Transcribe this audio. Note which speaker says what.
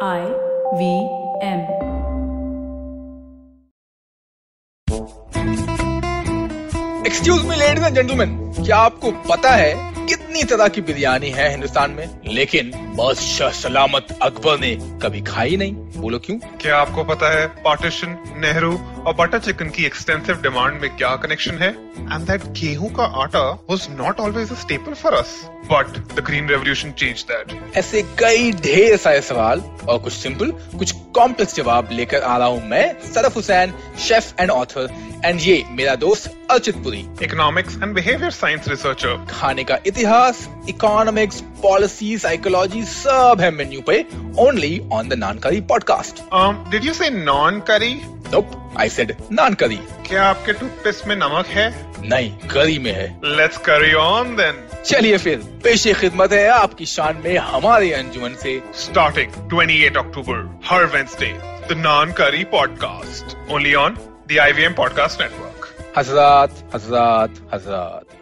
Speaker 1: I V M
Speaker 2: excuse me ladies and gentleman क्या आपको पता है कितनी तरह की बिरयानी है हिंदुस्तान में लेकिन बादशाह सलामत अकबर ने कभी खाई नहीं बोलो क्यों
Speaker 3: क्या आपको पता है पार्टीशन नेहरू और बटर चिकन की एक्सटेंसिव डिमांड में क्या कनेक्शन है एंड दैट गेहूं का आटा was not always a staple for us but the green revolution change that
Speaker 2: ऐसे कई ढेर सारे सवाल और कुछ सिंपल कुछ कॉम्प्लेक्स जवाब लेकर आ रहा हूँ मैं Saraf Hussain chef and author and ये मेरा दोस्त Archit Puri
Speaker 3: economics and behaviour science researcher
Speaker 2: खाने का इतिहास इकोनॉमिक्स पॉलिसी साइकोलॉजी सब है मेन्यू पे only on the Naankari podcast
Speaker 3: um did you say non curry
Speaker 2: nope I said Naankari
Speaker 3: क्या आपके टूथपेस्ट में नमक है
Speaker 2: नहीं करी में है
Speaker 3: लेट्स करी ऑन देन
Speaker 2: चलिए फिर पेशे खिदमत है आपकी शान में हमारे अंजुमन से
Speaker 3: starting 28 October हर Wednesday the non curry podcast only on the IVM podcast network
Speaker 2: हजरात हजरात हजरात